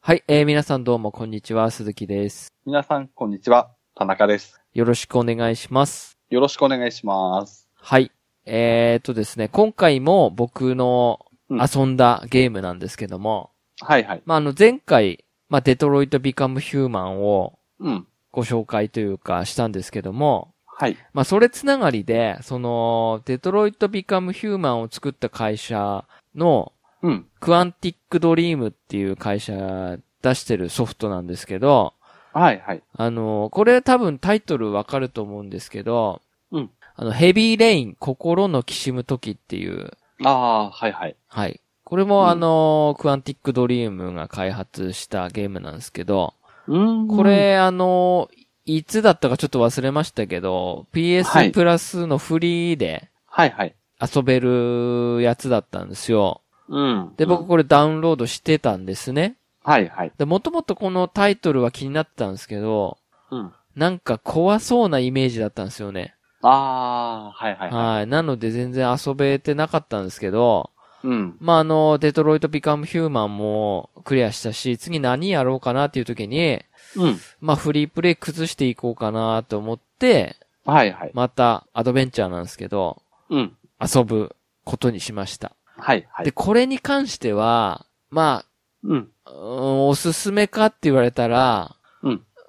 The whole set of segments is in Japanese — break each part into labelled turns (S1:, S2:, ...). S1: はい、えー、皆さんどうもこんにちは、鈴木です。
S2: 皆さん、こんにちは。田中です。
S1: よろしくお願いします。
S2: よろしくお願いします。
S1: はい。えー、っとですね、今回も僕の
S2: うん
S1: 遊んだゲームなんですけども、
S2: はいはい。
S1: まあ、あの前回、まあ、デトロイトビカムヒューマンを
S2: うん。
S1: ご紹介というかしたんですけども、
S2: はい。
S1: まあ、それつながりで、その、デトロイトビカムヒューマンを作った会社の、
S2: うん。
S1: クアンティックドリームっていう会社出してるソフトなんですけど、
S2: はいはい。
S1: あの、これ多分タイトルわかると思うんですけど、
S2: うん
S1: あの、ヘビーレイン、心のきしむ時っていう、
S2: ああ、はいはい。
S1: はい。これも、
S2: うん
S1: あの、クアンティックドリームが開発したゲームなんですけど、
S2: うん
S1: こ、れ、あの、いつだったかちょっと忘れましたけど、
S2: は
S1: PS
S2: い
S1: プラスのフリーで
S2: はいはい。
S1: 遊べるやつだったんですよ。
S2: うん。
S1: で、
S2: う
S1: 僕
S2: ん
S1: これダウンロードしてたんですね。
S2: はいはい。
S1: で、もともとこのタイトルは気になってたんですけど、
S2: うん。
S1: なんか怖そうなイメージだったんですよね。
S2: ああ、はいはいは
S1: はい。なので全然遊べてなかったんですけど、
S2: い。うん。
S1: まあ、あの、デトロイトビカムヒューマンもクリアしたし、次何やろうかなっていう時に、
S2: うん。
S1: まあ、フリープレイ崩していこうかなと思って、
S2: はいはい。
S1: またアドベンチャーなんですけど、
S2: うん。
S1: 遊ぶことにしました。
S2: はいは
S1: で、
S2: い。
S1: これに関しては、ま
S2: うん。
S1: あ、うーんおすすめかって言われたら、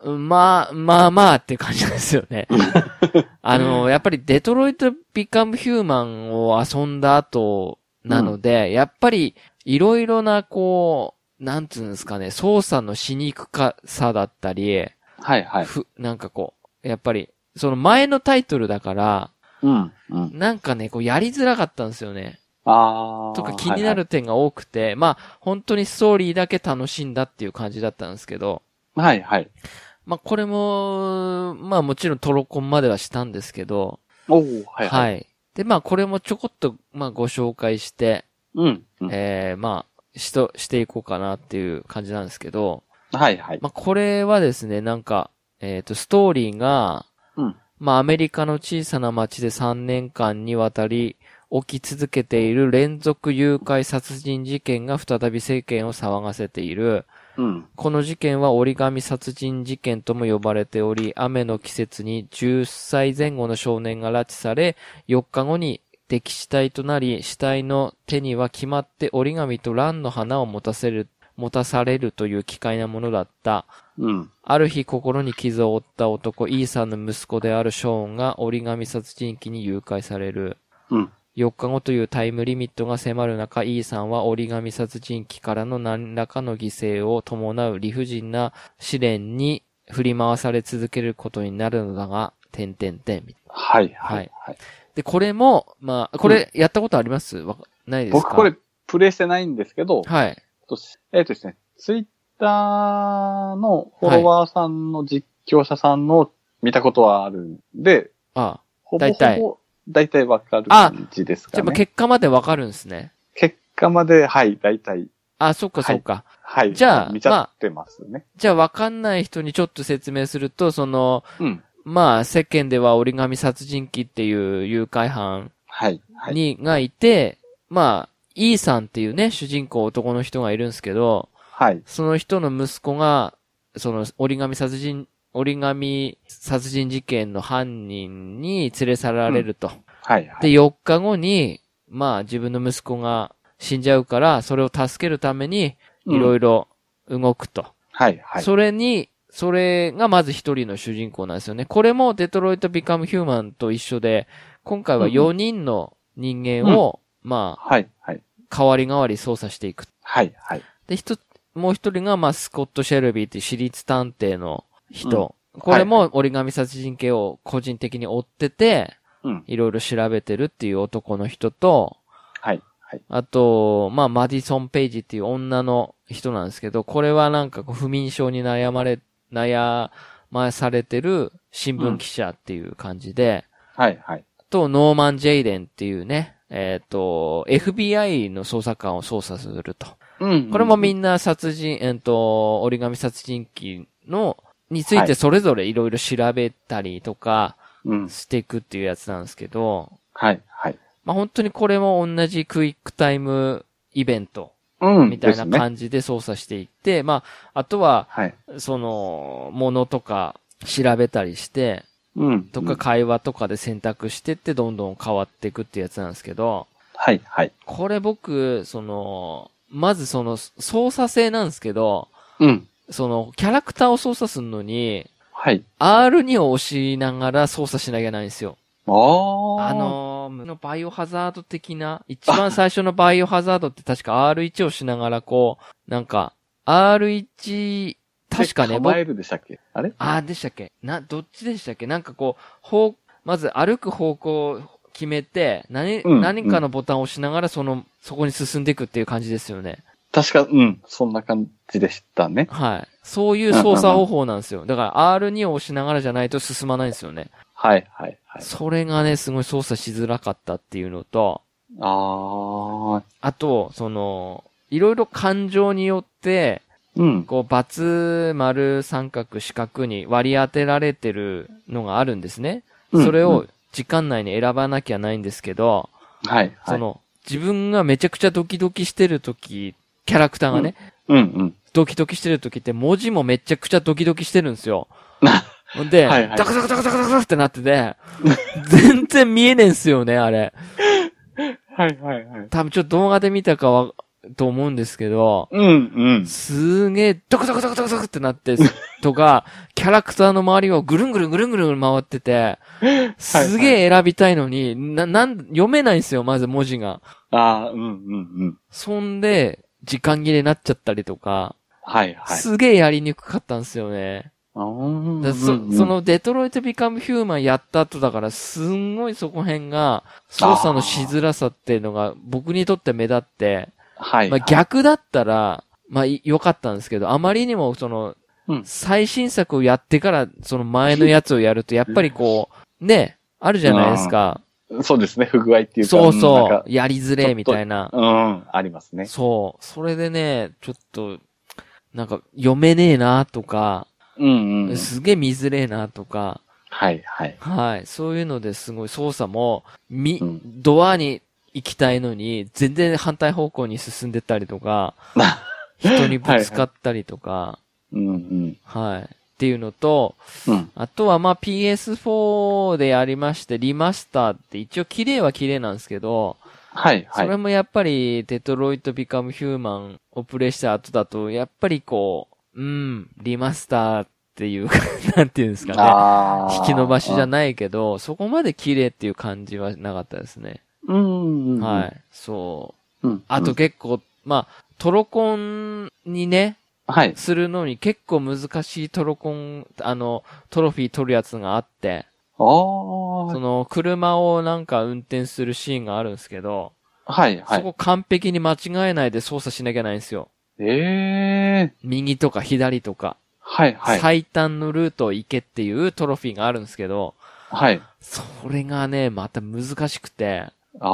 S2: うん。
S1: まあ、まあまあって感じなんですよ ね。あの、やっぱりデトロイトビカムヒューマンを遊んだ後なので、やっぱりいろいろなこう、なんつうんですかね、操作のしにくかさだったり、
S2: はいはい。
S1: ふなんかこう、やっぱり、その前のタイトルだから、
S2: うん。うん。
S1: なんかね、こうやりづらかったんですよね。
S2: ああ。
S1: とか気になる点が多くて、まあ、本当にストーリーだけ楽しんだっていう感じだったんですけど、
S2: はいはい。はいはい。
S1: まあ、これも、まあもちろんトロコンまではしたんですけど、
S2: おーはいはい。
S1: で、まあこれもちょこっと、まあご紹介して、
S2: うん。うん
S1: ええまあ、しと、していこうかなっていう感じなんですけど、
S2: はいはい。
S1: まあこれはですね、なんか、えっ、と、ストーリーが、
S2: うん
S1: まあアメリカの小さな町で3年間にわたり起き続けている連続誘拐殺人事件が再び世間を騒がせている。
S2: うん。
S1: この事件は折り紙殺人事件とも呼ばれており、雨の季節に10歳前後の少年が拉致され、4日後に溺死体となり、死体の手には決まって折り紙と蘭の花を持たせる、持たされるという奇怪なものだった。
S2: うん。
S1: ある日心に傷を負った男、イーさんの息子であるショーンが折り紙殺人鬼に誘拐される。
S2: うん。
S1: 4日後というタイムリミットが迫る中、E さんは折り紙殺人鬼からの何らかの犠牲を伴う理不尽な試練に振り回され続けることになるのだが、点点点。
S2: はいはいはい。
S1: で、これも、まあ、これ、やったことありますわかないですか
S2: 僕これ、、プレイしてないんですけど、
S1: はい。
S2: としえっ、とですね、ツイッターのフォロワーさんの実況者さんの見たことはあるんで、
S1: あ
S2: ほぼ
S1: 大体
S2: ほぼ、大体わかる感じです
S1: じゃ
S2: か
S1: あまあ
S2: ね。
S1: 結果までわかるんですね。
S2: 結果まで、はい、大体、
S1: あ、そっかそっか。
S2: はい、
S1: じゃあ
S2: 見ちゃってますね。
S1: じゃあわかんない人にちょっと説明すると、その、
S2: うん。
S1: まあ、世間では折り紙殺人鬼っていう誘拐犯
S2: はい、はい。
S1: に、がいて、まあ、E さんっていうね、主人公男の人がいるんですけど、
S2: はい。
S1: その人の息子が、その折り紙殺人、折り紙殺人事件の犯人に連れ去られると。
S2: はい、は
S1: で、
S2: い。
S1: 4日後に、まあ自分の息子が死んじゃうから、それを助けるために、いろ
S2: ろ。
S1: いろ動くと。
S2: はい、はい。
S1: それに、それがまず一人の主人公なんですよね。これもデトロイト・ビカム・ヒューマンと一緒で、今回は
S2: うん
S1: 4人の人間を、まあ、
S2: はい、はい。
S1: 代わり代わり操作していく。
S2: はい、はい。
S1: で、一つ、もう一人が、まあ、スコット・シェルビーっていう私立探偵の人。これも折り紙殺人系を個人的に追ってて、
S2: うん。
S1: いろいろ調べてるっていう男の人と、
S2: はい、はい。
S1: あと、まあ、マディソン・ペイジっていう女の人なんですけど、これはなんかこう不眠症に悩まれ、悩まされてる新聞記者っていう感じで、
S2: はい、はい。
S1: あと、ノーマン・ジェイデンっていうね、えっ、と、FBI の捜査官を捜査すると。
S2: うん
S1: これもみ
S2: な。
S1: んな殺人、えっ、と、折り紙殺人鬼の、につい
S2: は
S1: て
S2: い
S1: それぞれいろいろ調べたりとか
S2: うん。
S1: していくっていうやつなんですけど、
S2: はい、はい。
S1: まあ、本当にこれも同じクイックタイムイベント
S2: うん。
S1: みたい
S2: です
S1: な
S2: ね。
S1: 感じで操作していって、まあ、あとは、
S2: はい。
S1: その、ものとか調べたりして、
S2: うん。
S1: とか
S2: うん
S1: 会話とかで選択してってどんどん変わっていくってやつなんですけど、
S2: はい、はい。
S1: これ僕、その、まずその操作性なんですけど、
S2: うん。
S1: そのキャラクターを操作するのに、
S2: はい。
S1: R2 を押しながら操作しなきゃいけないんですよ。
S2: あ
S1: あ、
S2: あ。
S1: のー、のバイオハザード的な、一番最初のバイオハザードって確か R1 をしながらこう、なんか、R1、確かね、
S2: マ
S1: 僕
S2: イルでしたっけあれ
S1: あー、でしたっけな、どっちでしたっけなんかこう、方、まず歩く方向を決めて、何、
S2: うん
S1: 何かのボタンを押しながら、その、そこに進んでいくっていう感じですよね。
S2: 確か、うん。そんな感じでしたね。
S1: はい。そういう操作方法なんです よ。だから R2 を押しながらじゃないと進まないんですよね。
S2: はい、はい、はい。
S1: それがね、すごい操作しづらかったっていうのと、
S2: ああ。
S1: あと、その、いろいろ感情によって、
S2: うん。
S1: こう、×、丸、三角、四角に割り当てられてるのがあるんですね。
S2: うん
S1: それを、時間内に選ばなきゃないんですけど、
S2: はい、は
S1: そ
S2: い。
S1: の、自分がめちゃくちゃドキドキしてる時、キャラクターがね、
S2: うん、うん。
S1: ドキドキしてる時って文字もめちゃくちゃドキドキしてるん ですよ。ほんで、
S2: はいはい
S1: ダクダクダクダクダクダクってなって て、全然見えねえんすよね、あれ。
S2: はい、はい、はい。
S1: 多分ちょっと動画で見たかは、と思うんですけど、
S2: うん、うん。
S1: すーげえ、ドクドクドクドクドクってなって、とか、 キャラクターの周りをぐるんぐるんぐるんぐるん回ってて、すげえ選びたいのに、な、なん、読めないんですよ、まず文字が。
S2: ああ、うん、うん、うん。
S1: そんで、時間切れになっちゃったりとか、
S2: はい、はい。
S1: すげえやりにくかったんですよね。
S2: あー
S1: だ
S2: う
S1: そ
S2: んうん
S1: そのデトロイトビカムヒューマンやった後だから、すんごいそこ辺が、操作のしづらさっていうのが僕にとって目立って、
S2: はい。
S1: まあ、逆だったら、まあい良かったんですけど、あまりにもその
S2: うん、
S1: 最新作をやってから、その前のやつをやると、やっぱりこ う、ね、あるじゃないですか。
S2: そうですね、不具合っていうか。
S1: そう
S2: うんなん
S1: そ
S2: か
S1: う、やりづれ、みたいな。
S2: うん、ありますね。
S1: そう。それでね、ちょっと、なんか、読めねえなとか、
S2: うん、うん。
S1: すげえ見づれえなとか、
S2: はい、はい。
S1: はい。そういうのですごい操作も、み、
S2: うん
S1: ドアに行きたいのに、全然反対方向に進んでったりと か、人にぶつかったりとか、
S2: うん、うん。
S1: はい。っていうのと、
S2: うん。
S1: あとはまあ PS4 でやりまして、リマスターって一応綺麗は綺麗なんですけど、
S2: はい、は
S1: それ
S2: い。
S1: もやっぱり、デトロイト・ビカム・ヒューマンをプレイした後だと、やっぱりこう、うん、リマスターっていう か、なんていうんですかね。
S2: あー
S1: 引き伸ばしじゃないけど、そこまで綺麗っていう感じはなかったですね。
S2: うん、うん。
S1: は。い。そう。
S2: うん。
S1: あと、結構、まあ、トロコンにね、
S2: はい。
S1: するのに結構難しいトロコン、あの、トロフィー取るやつがあって、
S2: ああ。
S1: その、車をなんか運転するシーンがあるんですけど、
S2: はい、は
S1: そ
S2: い。
S1: こ完璧に間違えないで操作しなきゃいけないんですよ。
S2: ええ。
S1: 右とか左とか、
S2: はい、はい。
S1: 最短のルートを行けっていうトロフィーがあるんですけど、
S2: はい。
S1: それがね、また難しくて、
S2: ああ。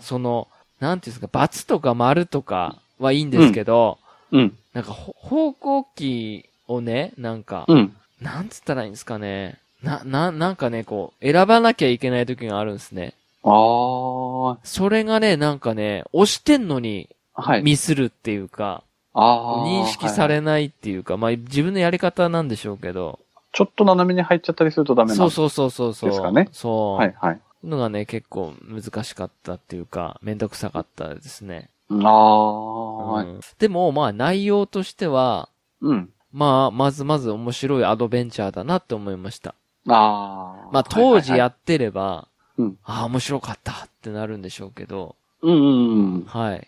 S1: その、なんていうんですか、×とか丸とかはいいんですけど、
S2: うん、
S1: なんかほ方向キーをね、なんか、
S2: うん。
S1: なんつったらいいんですかね。な、な、なんかね、こう、選ばなきゃいけない時があるんですね。
S2: ああ。は
S1: それがね、なんかね、押してんのに
S2: い。
S1: ミスるっていうか、
S2: ああ。
S1: 認識さ
S2: はい
S1: れないっていうか、まあ自分のやり方なんでしょうけど、
S2: ちょっと斜めに入っちゃったりするとダメな
S1: そうそうそうそうそう。
S2: ですかね
S1: そう。
S2: はい、はい。
S1: のがね、結構難しかったっていうか、めんどくさかったですね。
S2: ああ。はい。
S1: うんでも、まあ内容としては、
S2: うん。
S1: まあ、まずまず面白いアドベンチャーだなって思いました。
S2: ああ。
S1: まあ当時やってれば、
S2: いはいうん
S1: ああ、面白かったってなるんでしょうけど、
S2: うんうんうん。
S1: はい。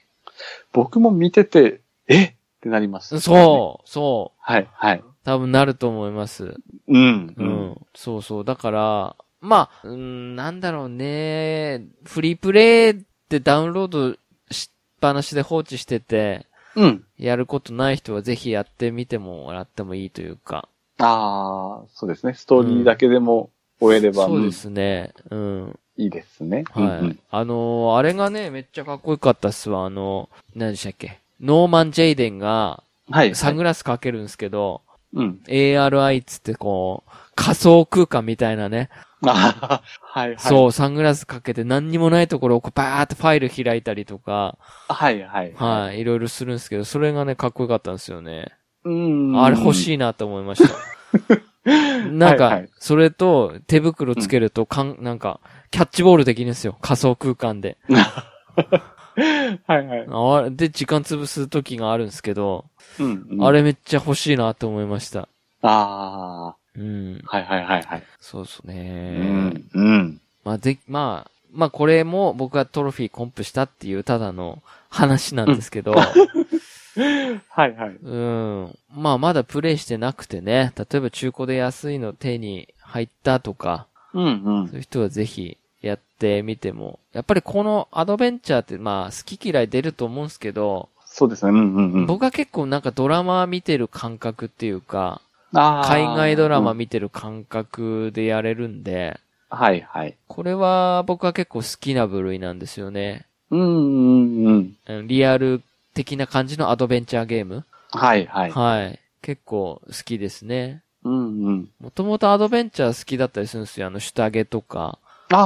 S2: 僕も見てて、えってなります、。
S1: そう、そう
S2: はい、はい。
S1: う。多分なると思います。
S2: うん、
S1: う。
S2: うんん。
S1: そうそう。だから、まあ、うん、なんだろうね。フリープレイってダウンロードしっぱなしで放置してて、
S2: うん。
S1: やることない人はぜひやってみてもらってもいいというか。
S2: ああ、そうですね。ストーリーだけでも終えれば、
S1: そうですね。うん。
S2: うんいいですね。
S1: はい。
S2: うんうん
S1: あのーあれがね、めっちゃかっこよかったっすわ。あのー何でしたっけ。ノーマン・ジェイデンが、
S2: はい。
S1: サングラスかけるんですけど、
S2: うん。
S1: ARI っつってこう、仮想空間みたいなね、
S2: あはいはい。う。
S1: そう、サングラスかけて何にもないところをこうバーってファイル開いたりとか、
S2: はいはい。
S1: はい、いろいろするんですけど、それがね、かっこよかったんですよね。
S2: うん。
S1: あれ欲
S2: い。
S1: しいなと思いま した。なん
S2: はいは
S1: か
S2: い、
S1: それと手袋つけるとかん、なんか、キャッチボールできるんですよ。仮想空間で。
S2: はいはい。
S1: あれで、時間潰す時があるんですけど、
S2: うん、うん
S1: あれめっちゃ欲しいなと思いました。
S2: あ
S1: うん。
S2: あ、はいはいはいはい。
S1: そうです
S2: う
S1: ね。
S2: ん。うん。
S1: まあ、ぜ、まあ、まあこれも僕がトロフィーコンプしたっていうただの話なんですけど、
S2: はいはい。
S1: うん。まあまだプレイしてなくてね、例えば中古で安いの手に入ったとか、
S2: うんうん
S1: そう。いう人はぜひやってみても、やっぱりこのアドベンチャーってまあ好き嫌い出ると思うんですけど、
S2: そうですね。うんうんうん。
S1: 僕は結構なんかドラマ見てる感覚っていうか、
S2: あー
S1: 海外ドラマ
S2: うん
S1: 見てる感覚でやれるんで、
S2: はいはい。
S1: これは僕は結構好きな部類なんですよね。
S2: うんうんうん。
S1: うんリアル的な感じのアドベンチャーゲーム。
S2: はいはい。
S1: はい。結構好きですね。
S2: うんうん。
S1: もともとアドベンチャー好きだったりするんですよ。あの、下着とか。
S2: あ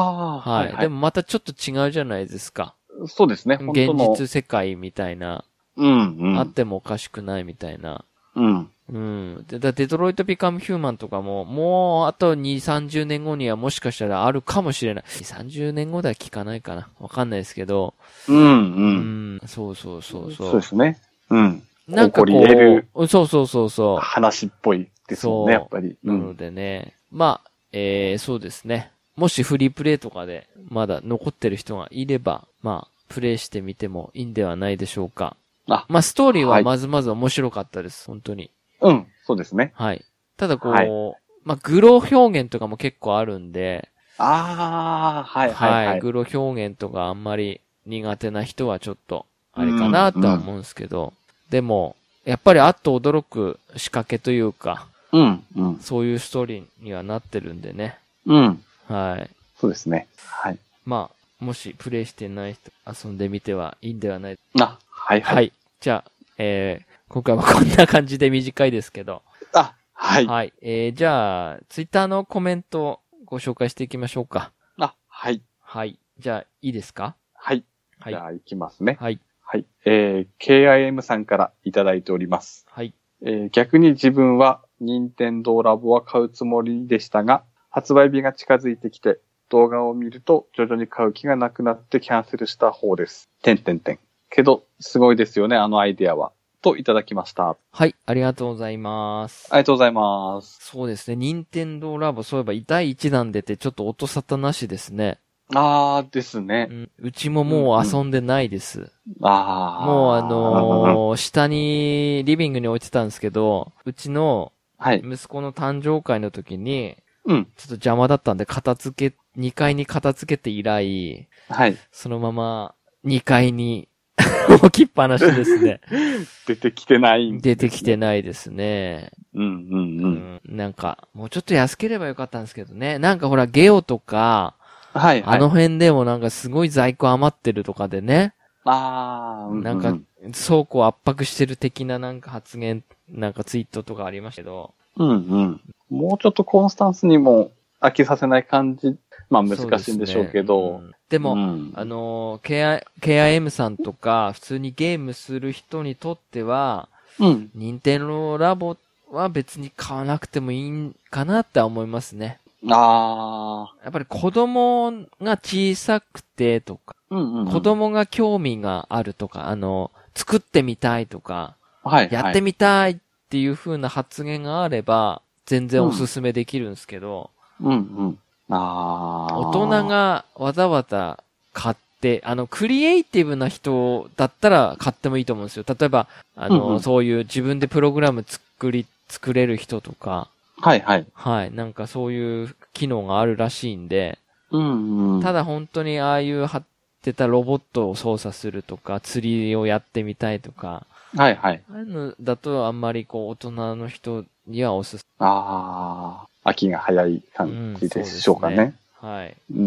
S2: あ、
S1: はい。でもまたちょっと違うじゃないですか。
S2: そうですね。本
S1: 現
S2: 当の。
S1: 実世界みたいな、
S2: うんうん。
S1: あってもおかしくないみたいな。
S2: うん。
S1: うん。でだデトロイト・ビカム・ヒューマンとかも、もうあと2、30年後にはもしかしたらあるかもしれない。30年後では聞かないかな。わかんないですけど。
S2: うんう。
S1: うんん。そうそうそうそう。
S2: そうですね。うん。
S1: なんかこ
S2: 起こり得る
S1: う、そうそうそうそう。
S2: 話っぽいですもんね、
S1: そう
S2: やっぱり。う
S1: なの
S2: ん。
S1: でね、まあ、えー、そうですね。もしフリープレイとかでまだ残ってる人がいれば、まあ、プレイしてみてもいいんではないでしょうか。
S2: あ、
S1: まあ、ストーリー
S2: は
S1: はいまずまず面白かったです。本当に。
S2: うん。そうですね。
S1: はい。ただこう、
S2: はい
S1: まあ、グロ表現とかも結構あるんで、
S2: ああ、はいはいはい。
S1: グロ表現とかあんまり苦手な人はちょっと、あれかなとは思うんですけど、でも、やっぱりあっと驚く仕掛けというか、
S2: うんうん。
S1: そういうストーリーにはなってるんでね。
S2: うん。
S1: はい。
S2: そうですね。はい。
S1: まあ、もしプレイしてない人、遊んでみてはいいんではない。
S2: あ、はい
S1: は
S2: はい。
S1: い。じゃあ、えー、今回はこんな感じで短いですけど。
S2: あ、はい。
S1: はい。えー、じゃあ、ツイッターのコメントをご紹介していきましょうか。
S2: あ、はい。
S1: はい。じゃあ、いいですか
S2: はい。
S1: は
S2: じ
S1: い。
S2: ゃ
S1: は
S2: あ、いきますね。
S1: い。
S2: はい。えー、KIM さんからいただいております。
S1: はい。
S2: えー逆に自分は任天堂ラボは買うつもりでしたが、発売日が近づいてきて、動画を見ると徐々に買う気がなくなってキャンセルした方です。てんてんてん。けど、すごいですよね、あのアイデアは。といただきました。あ
S1: はい。ありがとうございます。
S2: りがとうございます。
S1: そうですね。任天堂ラボ、そういえば第1弾出てちょっと音沙汰なしですね。
S2: あーですね
S1: う。んうちももう遊んでないです。
S2: あー。
S1: もうあ
S2: ー、
S1: のー下に、リビングに置いてたんですけど、うちの
S2: はい。
S1: 息子の誕生会の時に、
S2: うん。
S1: ちょっと邪魔だったんで、片付け、2階に片付けて以来、
S2: はい。
S1: そのまま2階に 置きっぱなしです ね。
S2: 出てきてないんで。
S1: 出てきてないですね。
S2: うんうんう。
S1: うんん、なんか、もうちょっと安ければよかったんですけどね。なんかほら、ゲオとか、
S2: はい、はい。
S1: あの、辺でもなんかすごい在庫余ってるとかでね。
S2: あー、うう
S1: なんか、倉庫を圧迫してる的ななんか発言、なんかツイートとかありましたけど。
S2: うんうん。もうちょっとコンスタンスにも飽きさせない感じ、まあ難しいんでしょう
S1: そう
S2: け
S1: です
S2: ど。
S1: ねうんで
S2: で
S1: も、
S2: うん、
S1: あのー、KI、KIM さんとか、普通にゲームする人にとっては、
S2: うん。
S1: 任天堂ラボは別に買わなくてもいいんかなって思いますね。
S2: あ
S1: やっぱり子供が小さくてとか、
S2: あ、うんうんうん。
S1: 子供が興味があるとか、あの、作ってみたいとか、
S2: はい、
S1: や
S2: は
S1: っ
S2: い
S1: てみたいっていう風な発言があれば、全然おすすめできるんですけど、
S2: うんうん。ああ。
S1: 大人、がわざわざ買って、あの、クリエイティブな人だったら買ってもいいと思うんですよ。例えば、あの、
S2: うんうん
S1: そういう自分でプログラム作り、作れる人とか、
S2: はいはい。
S1: はい、なんかそういう機能があるらしいんで、
S2: うんうん。
S1: ただ本当にああいう貼ってたロボットを操作するとか、釣りをやってみたいとか、
S2: はいはい。
S1: ああいうのだとあんまりこう大人の人にはおすす
S2: ああ、秋が早い感じでしょうか
S1: うんそうで
S2: ね。
S1: はい。
S2: うんうん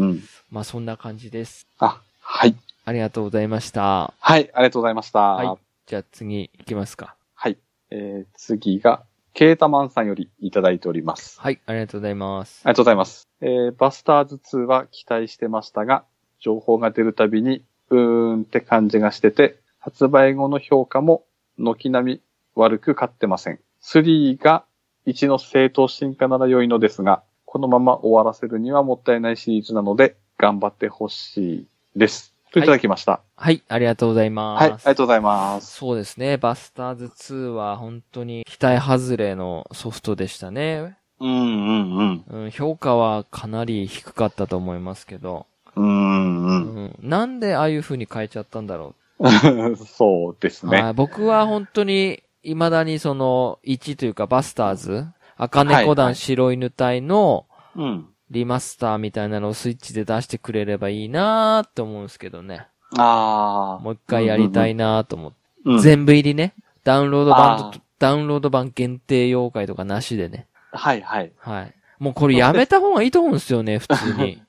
S2: うん。
S1: まあそんな感じです。
S2: あ、はい。
S1: ありがとうございました。
S2: はい、ありがとうございました。
S1: はいじゃあ次行きますか。
S2: はい。えー次が、ケータマンさんよりいただいております。
S1: はい、ありがとうございます。
S2: ありがとうございます。えーバスターズ2は期待してましたが、情報が出るたびに、うーんって感じがしてて、発売後の評価も、軒並み悪く勝ってません。3が1の正当進化なら良いのですが、このまま終わらせるにはもったいないシリーズなので、頑張ってほしいです。といただきました。
S1: はい、ありがとうございます。
S2: はい、ありがとうございます。
S1: そうですね。バスターズ2は本当に期待外れのソフトでしたね。
S2: うんうんうん。
S1: うん、評価はかなり低かったと思いますけど。
S2: うんう
S1: うんん、なんでああいう風に変えちゃったんだろ
S2: うん。 そうです
S1: う。
S2: ね。
S1: はい、僕は本当に未だにその1というかバスターズ、赤猫
S2: はいは
S1: 団
S2: い
S1: 白犬隊の
S2: うん。
S1: リマスターみたいなのをスイッチで出してくれればいいなーって思うんですけどね。
S2: ああ。
S1: もう一回やりたいなーと思って。
S2: うん
S1: 全部入りね。ダウンロード版
S2: あ
S1: と
S2: ー、
S1: ダウンロード版限定妖怪とかなしでね。
S2: はいはい。
S1: はい。もうこれやめた方がいいと思うんですよね、 普通に。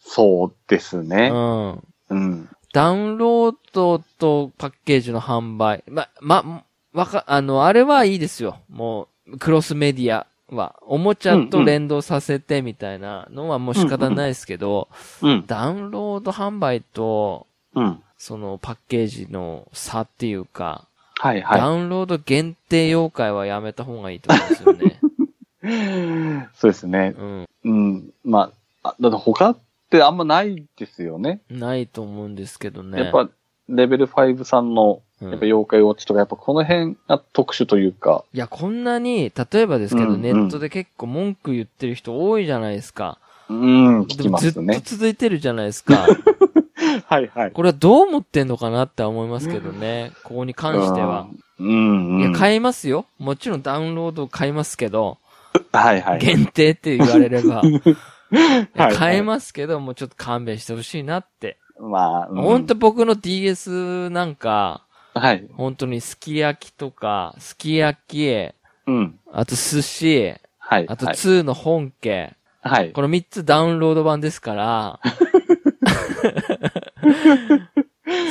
S2: そうです
S1: う
S2: ね。
S1: ん。
S2: うん。
S1: ダウンロードとパッケージの販売。ま、ま、わか、あの、あれはいいですよ。もう、クロスメディアは。おもちゃと連動させてみたいなのはもう仕方ないですけど、
S2: うん。
S1: ダウンロード販売と、
S2: うん。
S1: そのパッケージの差っていうか、
S2: はい
S1: ダ
S2: は
S1: ウンロード限定妖怪はやめた方がいいと思うんですよ ね。
S2: い。そうですね。
S1: うん。
S2: うん。まあ、あだって他ってあんまないですよね。
S1: ないと思うんですけどね。
S2: やっぱ、レベル5さんの、
S1: うん、
S2: やっぱ妖怪ウォッチとか、やっぱこの辺が特殊というか。
S1: いや、こんなに、例えばですけど、
S2: うんうん
S1: ネットで結構文句言ってる人多いじゃないですか。
S2: うん、聞
S1: で
S2: き
S1: も
S2: ま
S1: ずっ
S2: す
S1: と
S2: ね。
S1: 続いてるじゃないです か。
S2: はいはい。
S1: これはどう思ってんのかなって思いますけどね。ここに関しては。
S2: うん。うん。
S1: いや、
S2: はい
S1: 買いますよ。もちろんダウンロード買いますけど、
S2: はい。
S1: 限定って言われれ ば。いや
S2: はい
S1: 買えますけど、もうちょっと勘弁してほしいなって。
S2: まあ、うん
S1: ほんと僕の DS なんか、
S2: はい。
S1: 本当にすき焼きとか、すき焼き、
S2: うん。
S1: あと寿司、
S2: はい。
S1: あと
S2: はい
S1: 2の本家、
S2: はい。
S1: この3つダウンロード版です から、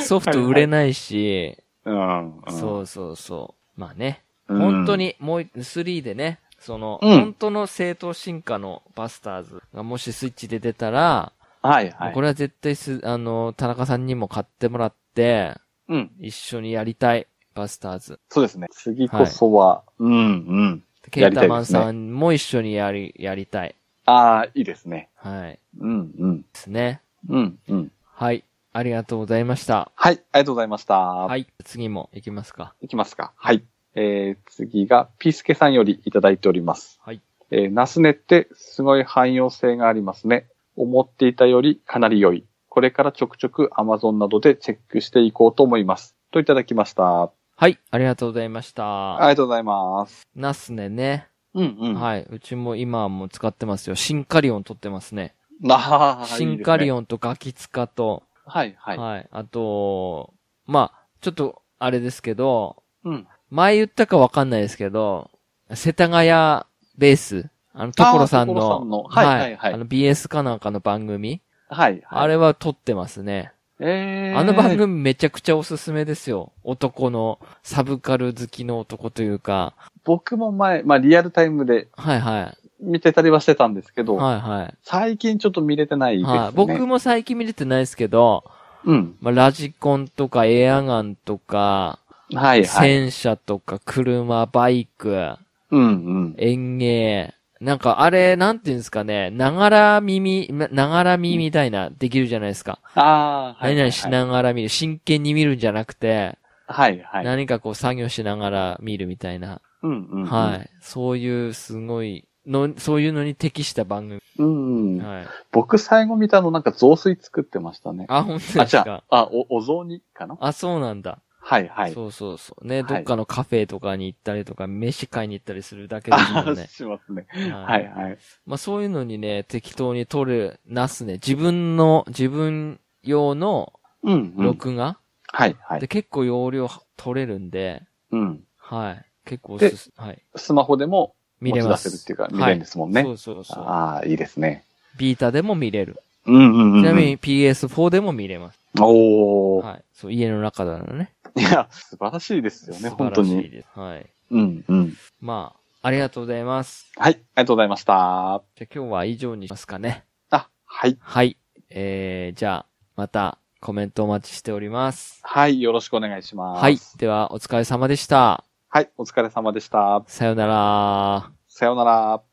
S1: ソフト売れないし、
S2: うん。
S1: そうそうそう。まあね、
S2: うん。
S1: 本当にもう3でね、その、
S2: うん
S1: 本当の正当進化のバスターズがもしスイッチで出たら、
S2: はいはい
S1: こ。れは絶対す、あの、田中さんにも買ってもらって、
S2: うん。
S1: 一緒にやりたい、バスターズ。
S2: そうですね。次こそは、うんうん。
S1: ケ
S2: や
S1: ー
S2: りた
S1: タ
S2: いですね
S1: マンさんも一緒にやり、やりたい。
S2: ああ、いいですね。
S1: はい。
S2: うんうん。
S1: ですね。
S2: うんうん。
S1: はい。ありがとうございました。
S2: はい、ありがとうございました。。
S1: はいい。次も行きますか。
S2: いきますか。はい。えー、次が、ピースケさんよりいただいております。
S1: はい。
S2: えー、ナスネってすごい汎用性がありますね。思っていたよりかなり良い。これからちょくちょく Amazon などでチェックしていこうと思います。といただきました。
S1: はい。ありがとうございまし
S2: あ
S1: た。
S2: りがとうございます。
S1: ナスネね。
S2: うんうん。い。
S1: はい。うちも今も使ってますよ。シンカリオン取ってますね。
S2: ああ、
S1: シンカリ
S2: オン。
S1: オンとガキツカと、
S2: はいは。
S1: はいあと、まあ、ちょっと、あれですけど、
S2: うん。
S1: 前言ったかわかんないですけど、世田谷ベース、あの、所さんの、
S2: 所さんのはいはいはい
S1: あの、BS かなんかの番組、
S2: はいはい。
S1: あれは撮ってますね。
S2: えー、
S1: あの番組めちゃくちゃおすすめですよ。男の、サブカル好きの男というか、
S2: 僕も前、まあリアルタイムで
S1: はいはい。
S2: 見てたりはしてたんですけど、
S1: はいはい。
S2: 最近ちょっと見れてないですね。
S1: はい、僕も最近見れてないですけど、
S2: うん。
S1: まあ、ラジコンとかエアガンとか、
S2: はいはい。
S1: 戦車とか車、バイク、
S2: うんうん。
S1: 園芸、なんかあれ、なんていうんですかね、ながら耳、なながら耳みたいな、できるじゃないですか。
S2: ああ、はいはい、はい。
S1: 何々しながら見る、真剣に見るんじゃなくて、
S2: はいはい。
S1: 何かこう作業しながら見るみたいな。
S2: うんうん。。
S1: はいい。そういう、すごい、の、そういうのに適した番組。
S2: うん、うん。
S1: はい。
S2: 僕最後見たのなんか雑炊作ってましたね。
S1: あ、本当
S2: あ、
S1: です
S2: じゃ
S1: か。
S2: あ、あ、お、お雑煮かな
S1: あ、そうなんだ。
S2: はいはい。
S1: そうそうそう。ね、
S2: は
S1: ど
S2: い
S1: っかのカフェとかに行ったりとか、飯買いに行ったりするだけです
S2: あ
S1: も
S2: あ。
S1: んね
S2: しますね。
S1: は
S2: はい。はい。
S1: まあそういうのにね、適当に撮る、なすね。自分の、自分用の
S2: うん、うん。
S1: 録画、
S2: はいはい
S1: で。結構容量取れるんで、
S2: うん。
S1: はい。結構おすす、はい。
S2: スマホでも
S1: 見れます。
S2: 持ち出せるっていうか見れるんですもんね
S1: はいそうそうそう。
S2: ああ、いいですね。
S1: ビータでも見れる。
S2: うんうんうん。
S1: ちなみに。PS4 でも見れます。
S2: おー。
S1: はい。そう、家の中ならね。
S2: いや、素晴らしいですよね、
S1: 素晴
S2: 本
S1: ら
S2: 当
S1: しい
S2: に。
S1: です。はい。
S2: うんうん。
S1: まあ、ありがとうございます。
S2: はい、ありがとうございまし
S1: じ
S2: た。
S1: ゃあ今日は以上にしますかね。
S2: あ、はい、
S1: はい。えー、じゃあ、またコメントお待ちしております。
S2: はい、よろしくお願いします。
S1: はい。では、お疲れ様でした。
S2: はい、お疲れ様でした。
S1: さようなら。
S2: さようなら。